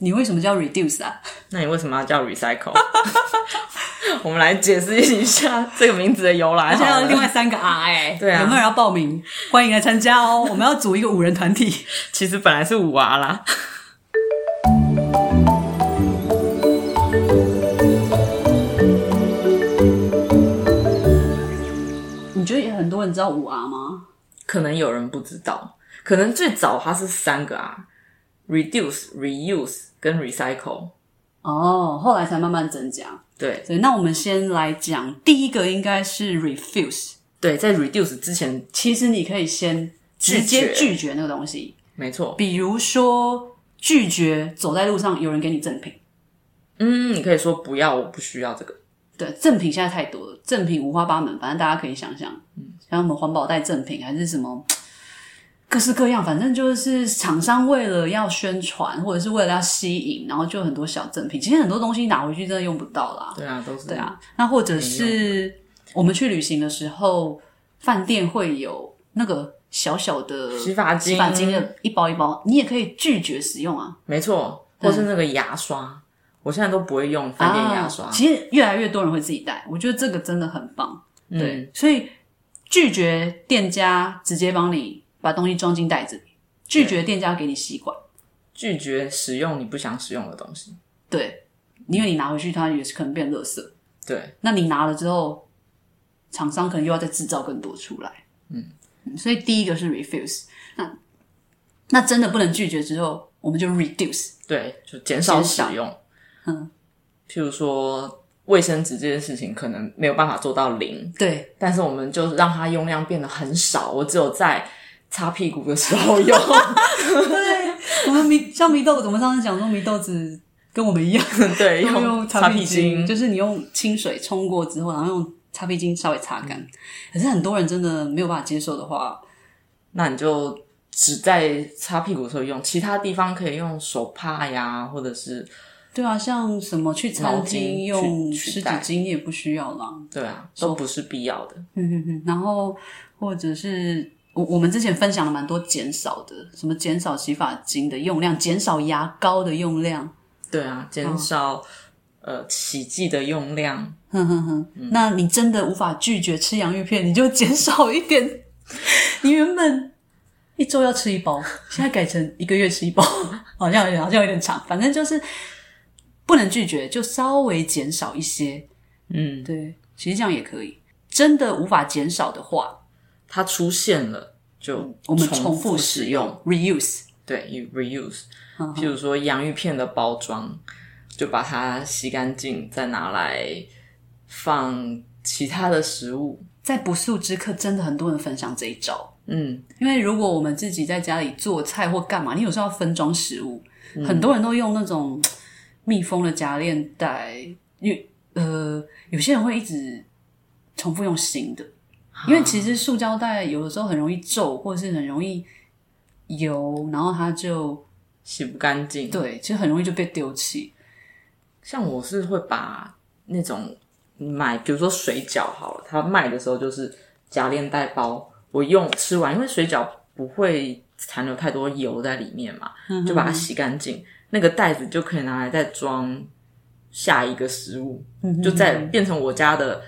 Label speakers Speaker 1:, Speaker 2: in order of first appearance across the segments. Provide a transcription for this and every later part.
Speaker 1: 你为什么叫 reduce 啊？
Speaker 2: 那你为什么要叫 recycle？我们来解释一下这个名字的由来
Speaker 1: 而且
Speaker 2: 好
Speaker 1: 还
Speaker 2: 了。
Speaker 1: 有另外三个 R 哎、
Speaker 2: 对啊
Speaker 1: 有没有人要报名？欢迎来参加哦！我们要组一个五人团体。
Speaker 2: 其实本来是五娃啦。
Speaker 1: 你觉得有很多人知道五 R 吗？
Speaker 2: 可能有人不知道，可能最早它是三个啊，reduce、reuse 跟 recycle。
Speaker 1: 哦，后来才慢慢增加。
Speaker 2: 对
Speaker 1: 对，那我们先来讲第一个，应该是 refuse。
Speaker 2: 对，在 reduce 之前，
Speaker 1: 其实你可以先直接
Speaker 2: 拒绝
Speaker 1: 拒绝那个东西，
Speaker 2: 没错，
Speaker 1: 比如说拒绝走在路上有人给你赠品。
Speaker 2: 嗯，你可以说不要，我不需要这个。
Speaker 1: 对，赠品现在太多了，赠品五花八门，反正大家可以想想，
Speaker 2: 嗯
Speaker 1: 像什么环保袋赠品还是什么。各式各样，反正就是厂商为了要宣传，或者是为了要吸引，然后就很多小赠品。其实很多东西拿回去真的用不到啦。
Speaker 2: 对啊，都是
Speaker 1: 对，啊，那或者是我们去旅行的时候，饭店会有那个小小的
Speaker 2: 洗发精
Speaker 1: 洗发精的一包一包，你也可以拒绝使用啊。
Speaker 2: 没错，或是那个牙刷，我现在都不会用饭店牙刷。
Speaker 1: 啊。其实越来越多人会自己带，我觉得这个真的很棒。
Speaker 2: 嗯
Speaker 1: 对，所以拒绝店家直接帮你把东西装进袋子里，拒绝店家给你吸管，
Speaker 2: 拒绝使用你不想使用的东西。
Speaker 1: 对，因为你拿回去它也是可能变垃圾，
Speaker 2: 对，
Speaker 1: 那你拿了之后，厂商可能又要再制造更多出来。嗯，所以第一个是 refuse，那那真的不能拒绝之后，我们就 reduce。
Speaker 2: 对，就减少
Speaker 1: 减
Speaker 2: 使
Speaker 1: 少
Speaker 2: 用。
Speaker 1: 嗯，
Speaker 2: 譬如说卫生纸这件事情，可能没有办法做到零，
Speaker 1: 对，
Speaker 2: 但是我们就让它用量变得很少，我只有在擦屁股的时候用。
Speaker 1: 我们迷像迷豆子，我们上次讲说迷豆子跟我们一样，
Speaker 2: 对，
Speaker 1: 都
Speaker 2: 用
Speaker 1: 用擦
Speaker 2: 屁
Speaker 1: 屁巾，
Speaker 2: 巾。
Speaker 1: 就是你用清水冲过之后，然后用擦屁巾稍微擦
Speaker 2: 嗯
Speaker 1: 干。可是很多人真的没有办法接受的话，
Speaker 2: 那你就只在擦屁股的时候用，其他地方可以用手帕呀，或者是
Speaker 1: 对啊，像什么去餐
Speaker 2: 毛巾去
Speaker 1: 厅用
Speaker 2: 取
Speaker 1: 湿纸
Speaker 2: 代
Speaker 1: 巾你也不需要啦。
Speaker 2: 对啊，都不是必要的。
Speaker 1: 嗯嗯嗯，然后或者是我我们之前分享了蛮多减少的，什么减少洗发精的用量，减少牙膏的用量，
Speaker 2: 对啊，减少、呃洗剂的用量。
Speaker 1: 哼哼哼。那你真的无法拒绝吃洋芋片，你就减少一点。 你原本一周要吃一包，现在改成一个月吃一包， 好像有点好像有点长，反正就是不能拒绝，就稍微减少一些。
Speaker 2: 嗯，
Speaker 1: 对，其实这样也可以。真的无法减少的话，
Speaker 2: 它出现了就
Speaker 1: 嗯我们
Speaker 2: 重
Speaker 1: 重复使
Speaker 2: 使用。
Speaker 1: reuse。
Speaker 2: 对，you reuse，
Speaker 1: 嗯
Speaker 2: 譬如说洋芋片的包装，就把它洗干净，再拿来放其他的食物。
Speaker 1: 在不速之客，真的很多人分享这一招。
Speaker 2: 嗯，
Speaker 1: 因为如果我们自己在家里做菜或干嘛，你有时候要分装食物，
Speaker 2: 嗯
Speaker 1: 很多人都用那种嘖密封的夹链袋，因为呃，有些人会一直重复用新的，
Speaker 2: 啊
Speaker 1: 因为其实塑胶袋有的时候很容易皱，或者是很容易油，然后它就
Speaker 2: 洗不干净。
Speaker 1: 对，其实很容易就被丢弃。
Speaker 2: 像我是会把那种买，比如说水饺好了，它卖的时候就是夹链袋包，我用吃完，因为水饺不会残留太多油在里面嘛，
Speaker 1: 嗯
Speaker 2: 就把它洗干净，那个袋子就可以拿来再装下一个食物，
Speaker 1: 嗯
Speaker 2: 就再变成我家的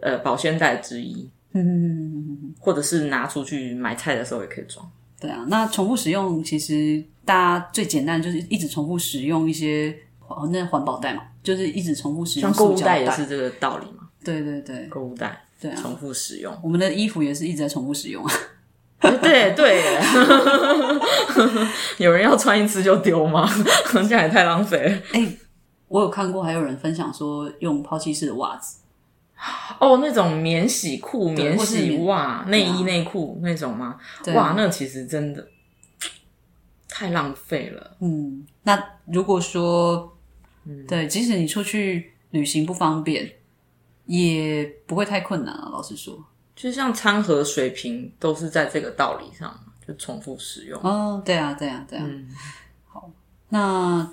Speaker 2: 呃保鲜袋之一，
Speaker 1: 嗯，
Speaker 2: 或者是拿出去买菜的时候也可以装。
Speaker 1: 对啊，那重复使用其实大家最简单就是一直重复使用一些哦，那环保袋嘛，就是一直重复使用
Speaker 2: 像购
Speaker 1: 塑
Speaker 2: 物
Speaker 1: 胶
Speaker 2: 袋也是这个道理嘛，
Speaker 1: 对对对，
Speaker 2: 购物袋
Speaker 1: 对啊
Speaker 2: 重复使用。
Speaker 1: 我们的衣服也是一直在重复使用啊。哎
Speaker 2: 对对， 有人要穿一次就丢吗？ 这样也太浪费了。
Speaker 1: 哎 我有看过，还有人分享说用抛弃式的袜子，
Speaker 2: 哦，那种免洗裤、
Speaker 1: 对
Speaker 2: 免
Speaker 1: 或是
Speaker 2: 洗
Speaker 1: 免
Speaker 2: 袜、内
Speaker 1: 对
Speaker 2: 衣
Speaker 1: 啊
Speaker 2: 内裤那种吗？
Speaker 1: 对
Speaker 2: 哇，那其实真的太浪费了。
Speaker 1: 嗯，那如果说，对，即使你出去旅行不方便，也不会太困难啊。老实说，
Speaker 2: 就像餐盒、水瓶都是在这个道理上，就重复使用。
Speaker 1: 哦，对啊，对啊，对啊。好，那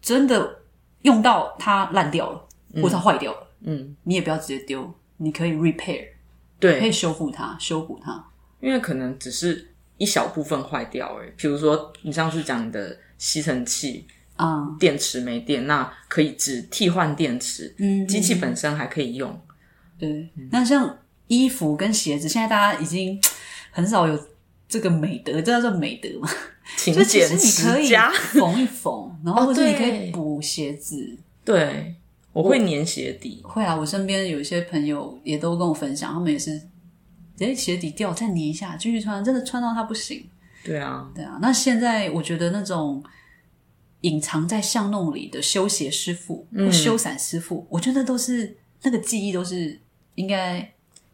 Speaker 1: 真的用到它烂掉了，或者它坏掉了，
Speaker 2: 嗯，
Speaker 1: 你也不要直接丢，你可以 repair，可
Speaker 2: 对，
Speaker 1: 以修复它，修补它。
Speaker 2: 因为可能只是一小部分坏掉而已。比如说，你上次讲的吸尘器，
Speaker 1: 啊，
Speaker 2: 电池没电，那可以只替换电池，
Speaker 1: 嗯，
Speaker 2: 机器本身还可以用。
Speaker 1: 对。
Speaker 2: 嗯
Speaker 1: 那像衣服跟鞋子，现在大家已经很少有这个美德，这叫做美德嘛？
Speaker 2: 勤
Speaker 1: 就其
Speaker 2: 俭
Speaker 1: 实你可
Speaker 2: 持
Speaker 1: 以
Speaker 2: 家。
Speaker 1: 缝一 缝，然后或者你可以
Speaker 2: 对
Speaker 1: 补鞋子。
Speaker 2: 对，我会粘鞋底。
Speaker 1: 会啊，我身边有一些朋友也都跟我分享，他们也是，哎，鞋底掉再粘一下，继续穿，真的穿到它不行。
Speaker 2: 对啊，
Speaker 1: 对啊，那现在我觉得那种隐藏在巷弄里的修鞋师傅、
Speaker 2: 嗯
Speaker 1: 或修伞师傅，我觉得都是那个技艺都是应该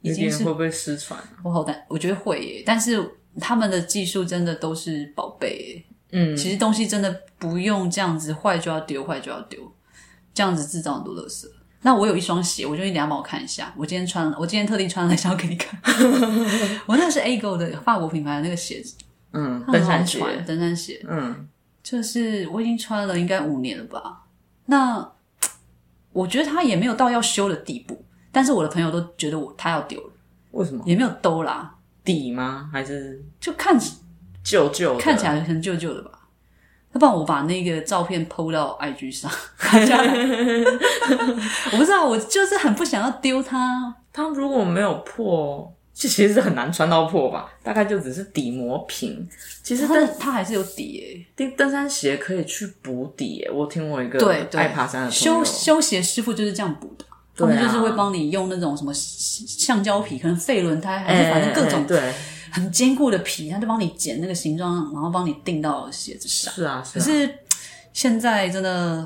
Speaker 1: 已
Speaker 2: 有
Speaker 1: 经
Speaker 2: 点
Speaker 1: 是
Speaker 2: 会不会失传啊？
Speaker 1: 我好担，我觉得会耶，但是他们的技术真的都是宝贝耶。
Speaker 2: 嗯，
Speaker 1: 其实东西真的不用这样子，坏就要丢，坏就要丢，这样子制造很多垃圾。那我有一双鞋，我觉得你等一下帮我看一下。我今天穿，我今天特地穿来想要给你 看。我那是 A g o 的法国品牌的那个鞋子，
Speaker 2: 嗯，
Speaker 1: 它很
Speaker 2: 登
Speaker 1: 好
Speaker 2: 山鞋，
Speaker 1: 穿，登山鞋。
Speaker 2: 嗯，
Speaker 1: 就是我已经穿了应该五年了吧。那我觉得它也没有到要修的地步，但是我的朋友都觉得我它要丢了，
Speaker 2: 为什么
Speaker 1: 也没有兜啦，
Speaker 2: 底吗？还是
Speaker 1: 就看
Speaker 2: 旧旧的
Speaker 1: 看起来很旧旧的吧。要不然我把那个照片 PO 到 IG 上，大家来 我不知道，我就是很不想要丢它。
Speaker 2: 它如果没有破，这其实很难穿到破吧？大概就只是底磨平。其实
Speaker 1: 它
Speaker 2: 登
Speaker 1: 它还是有底耶、
Speaker 2: 登登山鞋可以去补底耶，我听我一个
Speaker 1: 对对
Speaker 2: 爱爬山的朋
Speaker 1: 修
Speaker 2: 友，
Speaker 1: 修鞋师傅就是这样补的，他们
Speaker 2: 对
Speaker 1: 就
Speaker 2: 啊
Speaker 1: 是会帮你用那种什么橡胶皮，可能废轮胎还
Speaker 2: 哎
Speaker 1: 是反正各种
Speaker 2: 哎对，
Speaker 1: 很坚固的皮，它就帮你剪那个形状，然后帮你钉到鞋子上。
Speaker 2: 是啊是
Speaker 1: 可
Speaker 2: 啊，
Speaker 1: 是现在真的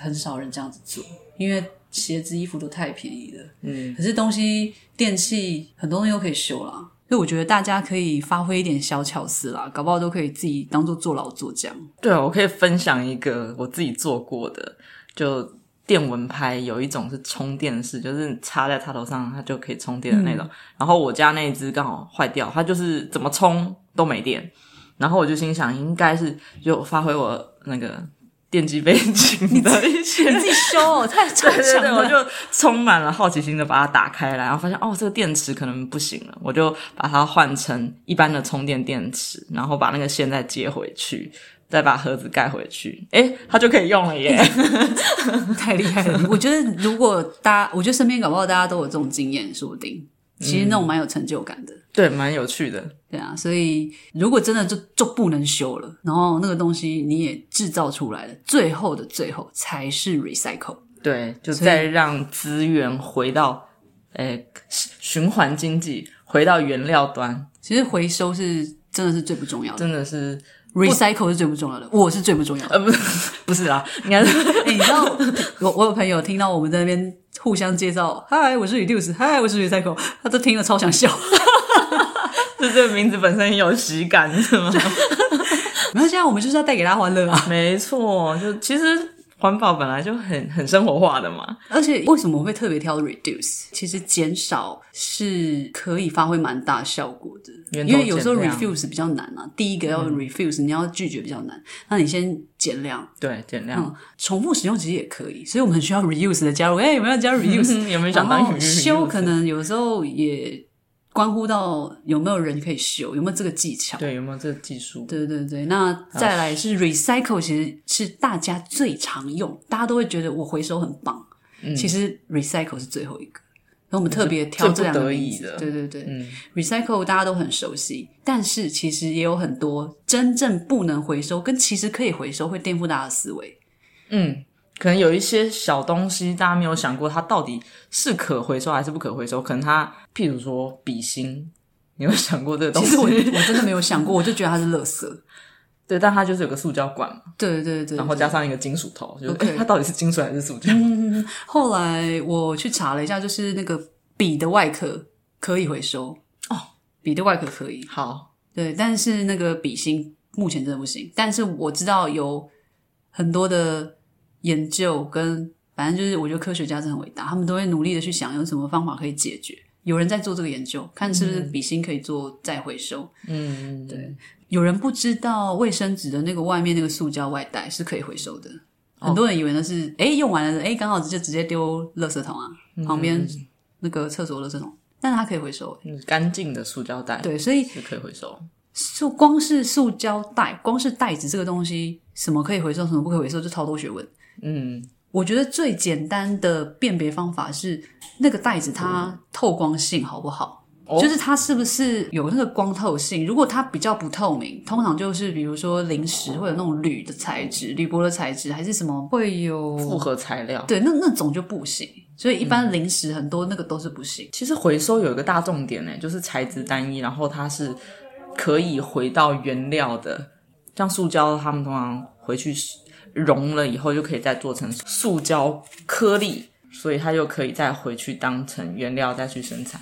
Speaker 1: 很少人这样子做，因为鞋子、衣服都太便宜了。
Speaker 2: 嗯，
Speaker 1: 可是东西、电器很多东西都可以修啦，所以我觉得大家可以发挥一点小巧思啦，搞不好都可以自己当做做老做将。
Speaker 2: 对，啊我可以分享一个我自己做过的，就电蚊拍有一种是充电式，就是插在插头上，它就可以充电的那种。然后我家那一只刚好坏掉，它就是怎么充都没电。然后我就心想，应该是就发挥我那个电机 背景的一些
Speaker 1: 你自己修哦，太超
Speaker 2: 对对
Speaker 1: 强
Speaker 2: 对，我
Speaker 1: 了。
Speaker 2: 就充满了好奇心的把它打开来，然后发现哦，这个电池可能不行了，我就把它换成一般的充电电池，然后把那个线再接回去，再把盒子盖回去，诶，它就可以用了耶。
Speaker 1: 太厉害了！我觉得如果大家，我觉得身边搞不好大家都有这种经验，说不定其实那种蛮有成就感的。
Speaker 2: 对，蛮有趣的。
Speaker 1: 对啊，所以如果真的就就不能修了，然后那个东西你也制造出来了，最后的最后才是 recycle。
Speaker 2: 对，就再让资源回到诶循环经济，回到原料端，
Speaker 1: 其实回收是真的是最不重要的
Speaker 2: 真的是
Speaker 1: ，recycle 是最不重要的，我是最不重要 的。
Speaker 2: 呃不是不是啦，应该是
Speaker 1: 哎、你知道我我有朋友听到我们在那边互相介绍，嗨，我是 reduce，嗨，我是 recycle，他都听了超想笑。
Speaker 2: 是这个名字本身有喜感是吗？
Speaker 1: 没有，现在我们就是要带给他欢乐啊！
Speaker 2: 没错，就其实环保本来就很很生活化的嘛。
Speaker 1: 而且为什么我会特别挑 reduce？其实减少是可以发挥蛮大效果的。
Speaker 2: 源头
Speaker 1: 因为有时候
Speaker 2: 减量嗯
Speaker 1: refuse 比较难啊，第一个要 refuse，、你要拒绝比较难，那你先减量，
Speaker 2: 对，减
Speaker 1: 嗯
Speaker 2: 量。
Speaker 1: 重复使用其实也可以，所以我们很需要 reuse 的加入。哎、有没有 加入 reuse？
Speaker 2: 有没
Speaker 1: 然
Speaker 2: 有想当
Speaker 1: 后
Speaker 2: 鱼？
Speaker 1: 修可能有时候也关乎到有没有人可以修，有没有这个技巧。
Speaker 2: 对，有没有这个技术？
Speaker 1: 对对对，那再来是 recycle，其实是大家最常用，大家都会觉得我回收很棒。
Speaker 2: 嗯
Speaker 1: 其实 recycle 是最后一个，然后我们特别挑这两个名字
Speaker 2: 最不得
Speaker 1: 对对
Speaker 2: 已
Speaker 1: 对、
Speaker 2: 嗯
Speaker 1: r e c y c l e 大家都很熟悉，但是其实也有很多真正不能回收，跟其实可以回收，会颠覆大家的思维。
Speaker 2: 嗯，可能有一些小东西，大家没有想过它到底是可回收还是不可回收。可能它，譬如说笔芯，你有想过这个东
Speaker 1: 其
Speaker 2: 西
Speaker 1: 实？我我真的没有想过，我就觉得它是垃圾。
Speaker 2: 对，但它就是有个塑胶管嘛，
Speaker 1: 对对对
Speaker 2: 然后加上一个金属头，就是
Speaker 1: OK
Speaker 2: 诶它到底是金属还是塑胶？
Speaker 1: 嗯后来我去查了一下，就是那个笔的外壳可以回收哦，笔的外壳可以，
Speaker 2: 好，
Speaker 1: 对，但是那个笔芯目前真的不行。但是我知道有很多的研究跟，反正就是我觉得科学家是很伟大，他们都会努力的去想有什么方法可以解决。有人在做这个研究，看是不是笔芯可以做再回收。
Speaker 2: 嗯，对，
Speaker 1: 有人不知道卫生纸的那个外面那个塑胶外袋是可以回收的，很多人以为那是哎、诶用完了哎刚好就直接丢垃圾桶啊，旁边那个厕所垃圾桶，但是它可以回收。
Speaker 2: 嗯干净的塑胶袋
Speaker 1: 对，所以
Speaker 2: 是可以回收。
Speaker 1: 塑光是塑胶袋，光是袋子这个东西，什么可以回收，什么不可以回收，就超多学问。
Speaker 2: 嗯，
Speaker 1: 我觉得最简单的辨别方法是那个袋子它透光性好不好，
Speaker 2: 哦
Speaker 1: 就是它是不是有那个光透性。如果它比较不透明，通常就是比如说零食会有那种铝的材质、铝箔的材质，还是什么会有
Speaker 2: 复合材料。
Speaker 1: 对，那那种就不行。所以一般零食很多那个都是不行。
Speaker 2: 其实回收有一个大重点呢，就是材质单一，然后它是可以回到原料的。像塑胶，他们通常回去熔了以后，就可以再做成塑胶颗粒，所以它又可以再回去当成原料再去生产。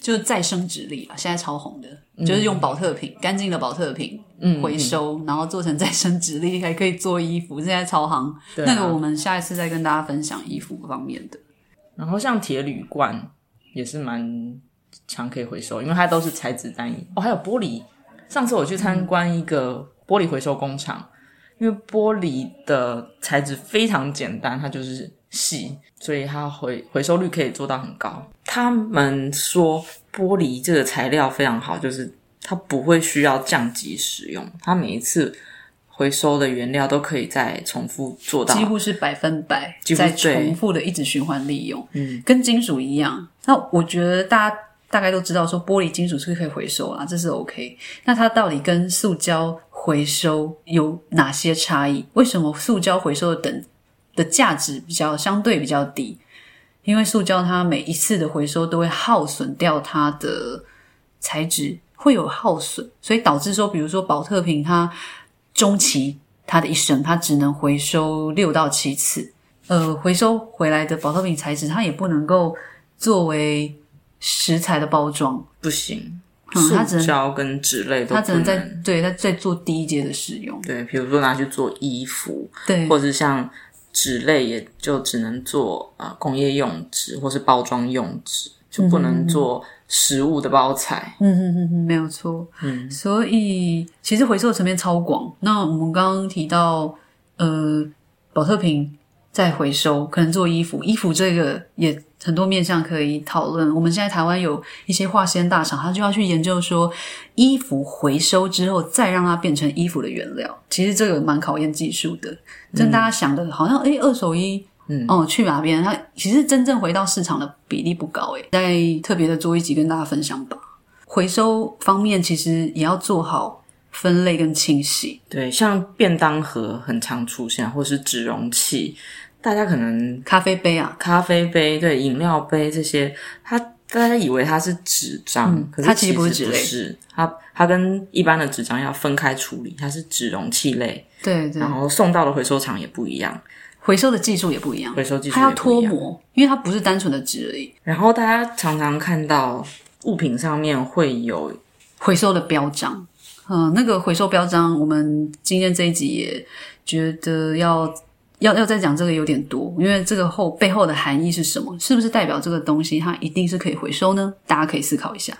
Speaker 1: 就是再生纸粒啊，现在超红的，就是用保特瓶，干净的保特瓶
Speaker 2: 嗯，
Speaker 1: 回收，然后做成再生纸粒，还可以做衣服，现在超行。
Speaker 2: 对啊
Speaker 1: 那个我们下一次再跟大家分享衣服方面的。
Speaker 2: 然后像铁铝罐也是蛮常可以回收，因为它都是材质单一。哦，还有玻璃。上次我去参观一个玻璃回收工厂，因为玻璃的材质非常简单，它就是细，所以它回回收率可以做到很高。他们说玻璃这个材料非常好，就是它不会需要降级使用，它每一次回收的原料都可以再重复做到
Speaker 1: 几乎是百分百
Speaker 2: 几乎
Speaker 1: 在
Speaker 2: 对
Speaker 1: 重复的一直循环利用，嗯，跟金属一样。那我觉得大家大概都知道，说玻璃、金属是可以回收啦，这是 OK。那它到底跟塑胶回收有哪些差异？为什么塑胶回收的等的价值比较相对比较低？因为塑胶它每一次的回收都会耗损掉它的材质，会有耗损，所以导致说，比如说保特瓶它中期它的一生，它只能回收六到七次。呃，回收回来的保特瓶材质，它也不能够作为食材的包装，
Speaker 2: 不行，
Speaker 1: 嗯它只
Speaker 2: 塑
Speaker 1: 能
Speaker 2: 胶跟纸类都
Speaker 1: 它只能在
Speaker 2: 不
Speaker 1: 对它在做低阶的使用。
Speaker 2: 对，比如说拿去做衣服，
Speaker 1: 对，
Speaker 2: 或者像纸类，也就只能做啊、呃工业用纸或是包装用纸，就不能做食物的包材。
Speaker 1: 嗯嗯嗯嗯，没有错。
Speaker 2: 嗯，
Speaker 1: 所以其实回收的层面超广。那我们刚刚提到，呃，保特瓶再回收，可能做衣服，衣服这个也很多面向可以讨论。我们现在台湾有一些化纤大厂，它就要去研究说，衣服回收之后再让它变成衣服的原料。其实这个蛮考验技术的。真大家想的好像，诶，二手衣。
Speaker 2: 嗯
Speaker 1: 哦，去哪边？它其实真正回到市场的比例不高，诶，在特别的做一集跟大家分享吧。回收方面，其实也要做好分类跟清洗。
Speaker 2: 对，像便当盒很常出现，或是纸容器，大家可能
Speaker 1: 咖啡杯啊，
Speaker 2: 咖啡杯、对饮料杯这些，它大家以为它是纸张，
Speaker 1: 嗯
Speaker 2: 可是
Speaker 1: 它其实
Speaker 2: 不
Speaker 1: 不是
Speaker 2: 是
Speaker 1: 纸类
Speaker 2: 它它跟一般的纸张要分开处理，它是纸容器类，
Speaker 1: 对对
Speaker 2: 然，后送到的回收厂也不一样，
Speaker 1: 回收的技术也不一样，
Speaker 2: 回收技术
Speaker 1: 它要
Speaker 2: 也不一
Speaker 1: 脱
Speaker 2: 样
Speaker 1: 模，因为它不是单纯的纸而已。
Speaker 2: 然后大家常常看到物品上面会有，
Speaker 1: 回收的标章，嗯，那个回收标章，我们今天这一集也觉得要要要再讲这个有点多，因为这个后背后的含义是什么？是不是代表这个东西它一定是可以回收呢？大家可以思考一下。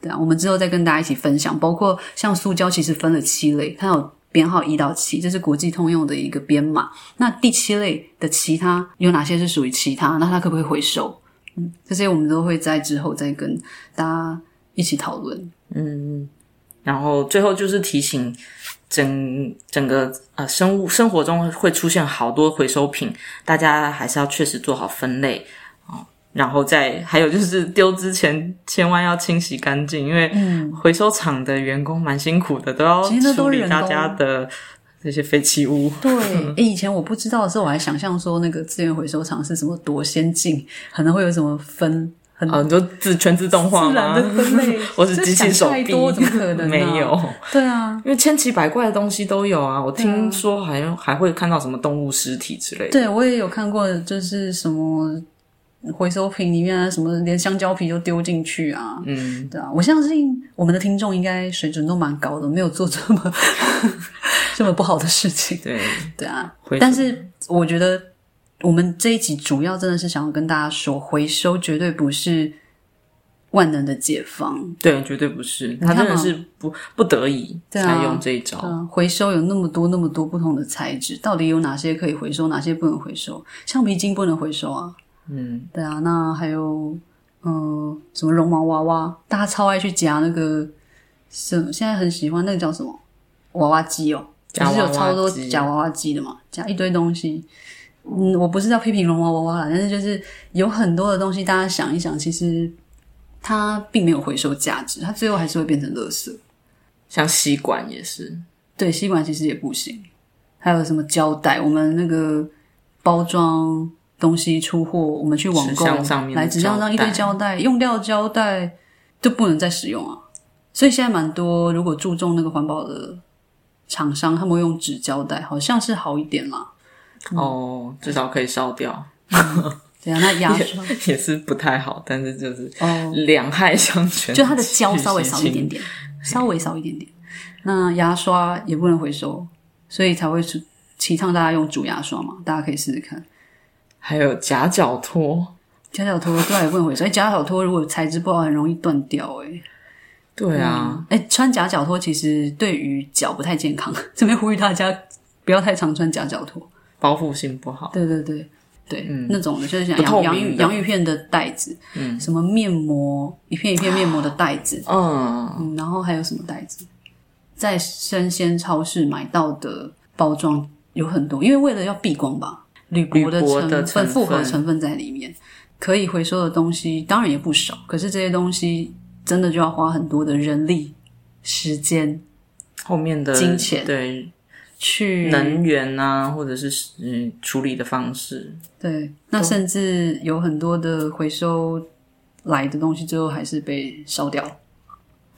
Speaker 1: 对啊，我们之后再跟大家一起分享，包括像塑胶，其实分了七类，它有编号一到七，这是国际通用的一个编码。那第七类的其他有哪些是属于其他？那它可不可以回收？嗯，这些我们都会在之后再跟大家一起讨论。
Speaker 2: 然后最后就是提醒整整个呃生物生活中会出现好多回收品，大家还是要确实做好分类哦然后再还有就是丢之前千万要清洗干净，因为回收厂的员工蛮辛苦的，都要
Speaker 1: 嗯其实那都
Speaker 2: 处理
Speaker 1: 人
Speaker 2: 大
Speaker 1: 工
Speaker 2: 家的这些废弃物。
Speaker 1: 对，诶以前我不知道的时候，我还想象说那个资源回收厂是什么多先进，可能会有什么分 很
Speaker 2: 啊，你说自全自动化
Speaker 1: 自然
Speaker 2: 吗？，
Speaker 1: 的分类
Speaker 2: 我只机器手
Speaker 1: 这想太
Speaker 2: 臂
Speaker 1: 多，怎么可能、 啊？
Speaker 2: 没有。，
Speaker 1: 对啊，
Speaker 2: 因为千奇百怪的东西都有啊，我听说好像还会看到什么动物尸体之类的。
Speaker 1: 对我也有看过，就是什么回收瓶里面啊，什么连香蕉皮都丢进去啊。
Speaker 2: 嗯，
Speaker 1: 对啊，我相信我们的听众应该水准都蛮高的，没有做这么 这么不好的事情。
Speaker 2: 对，
Speaker 1: 对啊
Speaker 2: 回，收
Speaker 1: 但是我觉得我们这一集主要真的是想要跟大家说，回收绝对不是万能的解放。
Speaker 2: 对，绝对不是，他
Speaker 1: 看嘛
Speaker 2: 真的是不不得已
Speaker 1: 对啊
Speaker 2: 才用这一招。
Speaker 1: 嗯，回收有那么多那么多不同的材质，到底有哪些可以回收，哪些不能回收？橡皮筋不能回收啊。
Speaker 2: 嗯，
Speaker 1: 对啊，那还有嗯、呃什么绒毛娃娃，大家超爱去夹那个什么现在很喜欢那个叫什么娃娃机哦，不是有超多假
Speaker 2: 假
Speaker 1: 娃娃机的嘛，假一堆东西。嗯，我不是要批评龙娃娃娃啦，但是就是有很多的东西，大家想一想，其实它并没有回收价值，它最后还是会变成垃圾。
Speaker 2: 像吸管也是，
Speaker 1: 对，吸管其实也不行。还有什么胶带？我们那个包装东西出货，我们去网
Speaker 2: 纸
Speaker 1: 购
Speaker 2: 箱上面的
Speaker 1: 来纸箱上一堆胶带，用掉胶带就不能再使用啊。所以现在蛮多，如果注重那个环保的厂商，他们会用纸胶带，好像是好一点啦。嗯
Speaker 2: 哦，至少可以烧掉，
Speaker 1: 对啊，那牙刷
Speaker 2: 也是不太好，但是就是
Speaker 1: 哦，
Speaker 2: 两害相权，
Speaker 1: 就它的胶
Speaker 2: 取其
Speaker 1: 稍微少一点
Speaker 2: 轻。
Speaker 1: 点，稍微少一点点。那牙刷也不能回收，所以才会是提倡大家用主牙刷嘛，大家可以试试看。
Speaker 2: 还有夹脚拖，
Speaker 1: 夹脚拖对啊，也不能回收。哎，夹脚拖如果材质不好，很容易断掉、哎，
Speaker 2: 对啊，
Speaker 1: 哎、穿夹脚拖其实对于脚不太健康， 这边呼吁大家不要太常穿夹脚拖。
Speaker 2: 包覆性不好，
Speaker 1: 对对对对，那种的就是像
Speaker 2: 不透
Speaker 1: 洋洋芋
Speaker 2: 明的
Speaker 1: 洋芋片的袋子，嗯，什么面膜一片一片面膜的袋子，
Speaker 2: 嗯，
Speaker 1: 嗯，然后还有什么袋子？在生鲜超市买到的包装有很多，因为为了要避光吧，铝箔的
Speaker 2: 铝箔
Speaker 1: 成
Speaker 2: 的成
Speaker 1: 分、
Speaker 2: 分
Speaker 1: 复合成分在里面，可以回收的东西当然也不少，可是这些东西真的就要花很多的人力、时间
Speaker 2: 后面的
Speaker 1: 金钱
Speaker 2: 对
Speaker 1: 去
Speaker 2: 能源啊，或者是嗯处理的方式，
Speaker 1: 对，那甚至有很多的回收来的东西，最后还是被烧掉。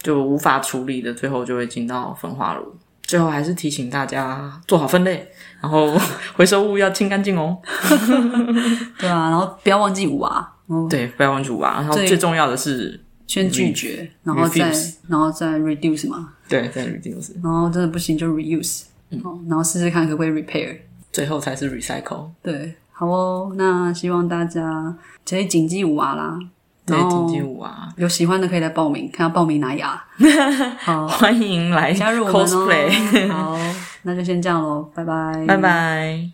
Speaker 2: 就无法处理的，最后就会进到焚化炉。最后还是提醒大家做好分类，然后回收物要清干净哦。
Speaker 1: 对啊，然后不要忘记五啊，嗯，
Speaker 2: 对，不要忘记吧。然后
Speaker 1: 对
Speaker 2: 最重要的是，
Speaker 1: 先拒绝，然后再
Speaker 2: refuse
Speaker 1: 然后再 reduce 嘛。
Speaker 2: 对，在 reduce，
Speaker 1: 然后真的不行就 reuse，、哦，
Speaker 2: 嗯
Speaker 1: 然后试试看可不可以 repair。
Speaker 2: 最后才是 recycle。
Speaker 1: 对，好哦，那希望大家可以谨记五啊啦，
Speaker 2: 对
Speaker 1: 然，后
Speaker 2: 经济舞啊，
Speaker 1: 有喜欢的可以来报名，看要报名哪一啊，
Speaker 2: 欢迎来
Speaker 1: 加入我们
Speaker 2: cosplay，
Speaker 1: 哦。好，那就先这样喽，拜拜，
Speaker 2: 拜。拜。